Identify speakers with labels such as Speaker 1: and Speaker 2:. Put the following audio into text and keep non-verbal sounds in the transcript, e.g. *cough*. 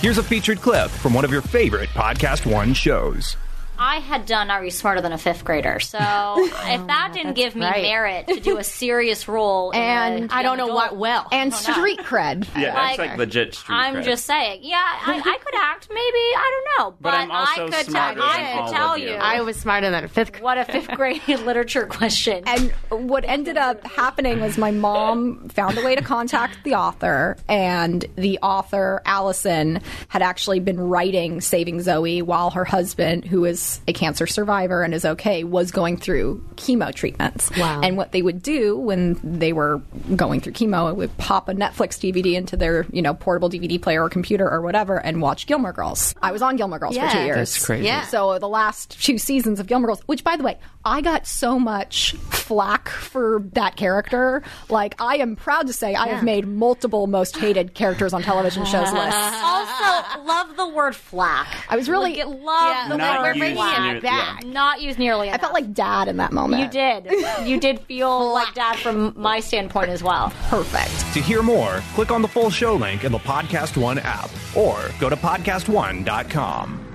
Speaker 1: Here's a featured clip from one of your favorite Podcast One shows.
Speaker 2: I had done Are You Smarter Than a Fifth Grader?
Speaker 3: *laughs*
Speaker 2: So
Speaker 3: Oh,
Speaker 2: if that didn't give me
Speaker 4: right.
Speaker 2: merit to do a serious role, in a
Speaker 4: And Oh,
Speaker 2: young adult,
Speaker 4: well. And street cred. *laughs*
Speaker 5: Yeah, that's
Speaker 2: Like,
Speaker 5: like legit street
Speaker 2: I'm
Speaker 5: cred.
Speaker 2: just saying. Yeah, I, I could act, maybe. I don't know. But,
Speaker 5: I'm also
Speaker 2: I could tell,
Speaker 5: smarter
Speaker 4: than
Speaker 2: I
Speaker 4: all
Speaker 2: could
Speaker 4: of
Speaker 2: tell
Speaker 5: you.
Speaker 2: you.
Speaker 4: I was smarter than a fifth grader.
Speaker 2: what a fifth grade *laughs* literature question.
Speaker 3: And what ended up happening was my mom found a way to contact the author, and the author, Allison, had actually been writing Saving Zoe while her husband, who is a cancer survivor and is okay, was going through chemo treatments.
Speaker 4: Wow.
Speaker 3: And what they would do when they were going through chemo, it would pop a Netflix DVD into their, you know, portable DVD player or computer or whatever and watch Gilmore Girls. I was on Gilmore Girls for two
Speaker 4: Yeah.
Speaker 3: years.
Speaker 4: That's crazy. Yeah.
Speaker 3: So the last two seasons of Gilmore Girls, which by the way, I got so much flack for that character. Like I am proud to say I have made multiple most hated characters on
Speaker 2: *laughs*
Speaker 3: television shows lists.
Speaker 2: also, love the word flack.
Speaker 3: I was really
Speaker 2: Like, love the
Speaker 5: Not
Speaker 2: word
Speaker 5: used
Speaker 2: flack.
Speaker 5: near- yeah.
Speaker 2: Not used nearly
Speaker 3: I
Speaker 2: enough.
Speaker 3: felt like dad in that moment.
Speaker 2: you did. You did feel like dad from my standpoint as well.
Speaker 3: perfect.
Speaker 1: To hear more, click on the full show link in the Podcast One app or go to podcastone.com.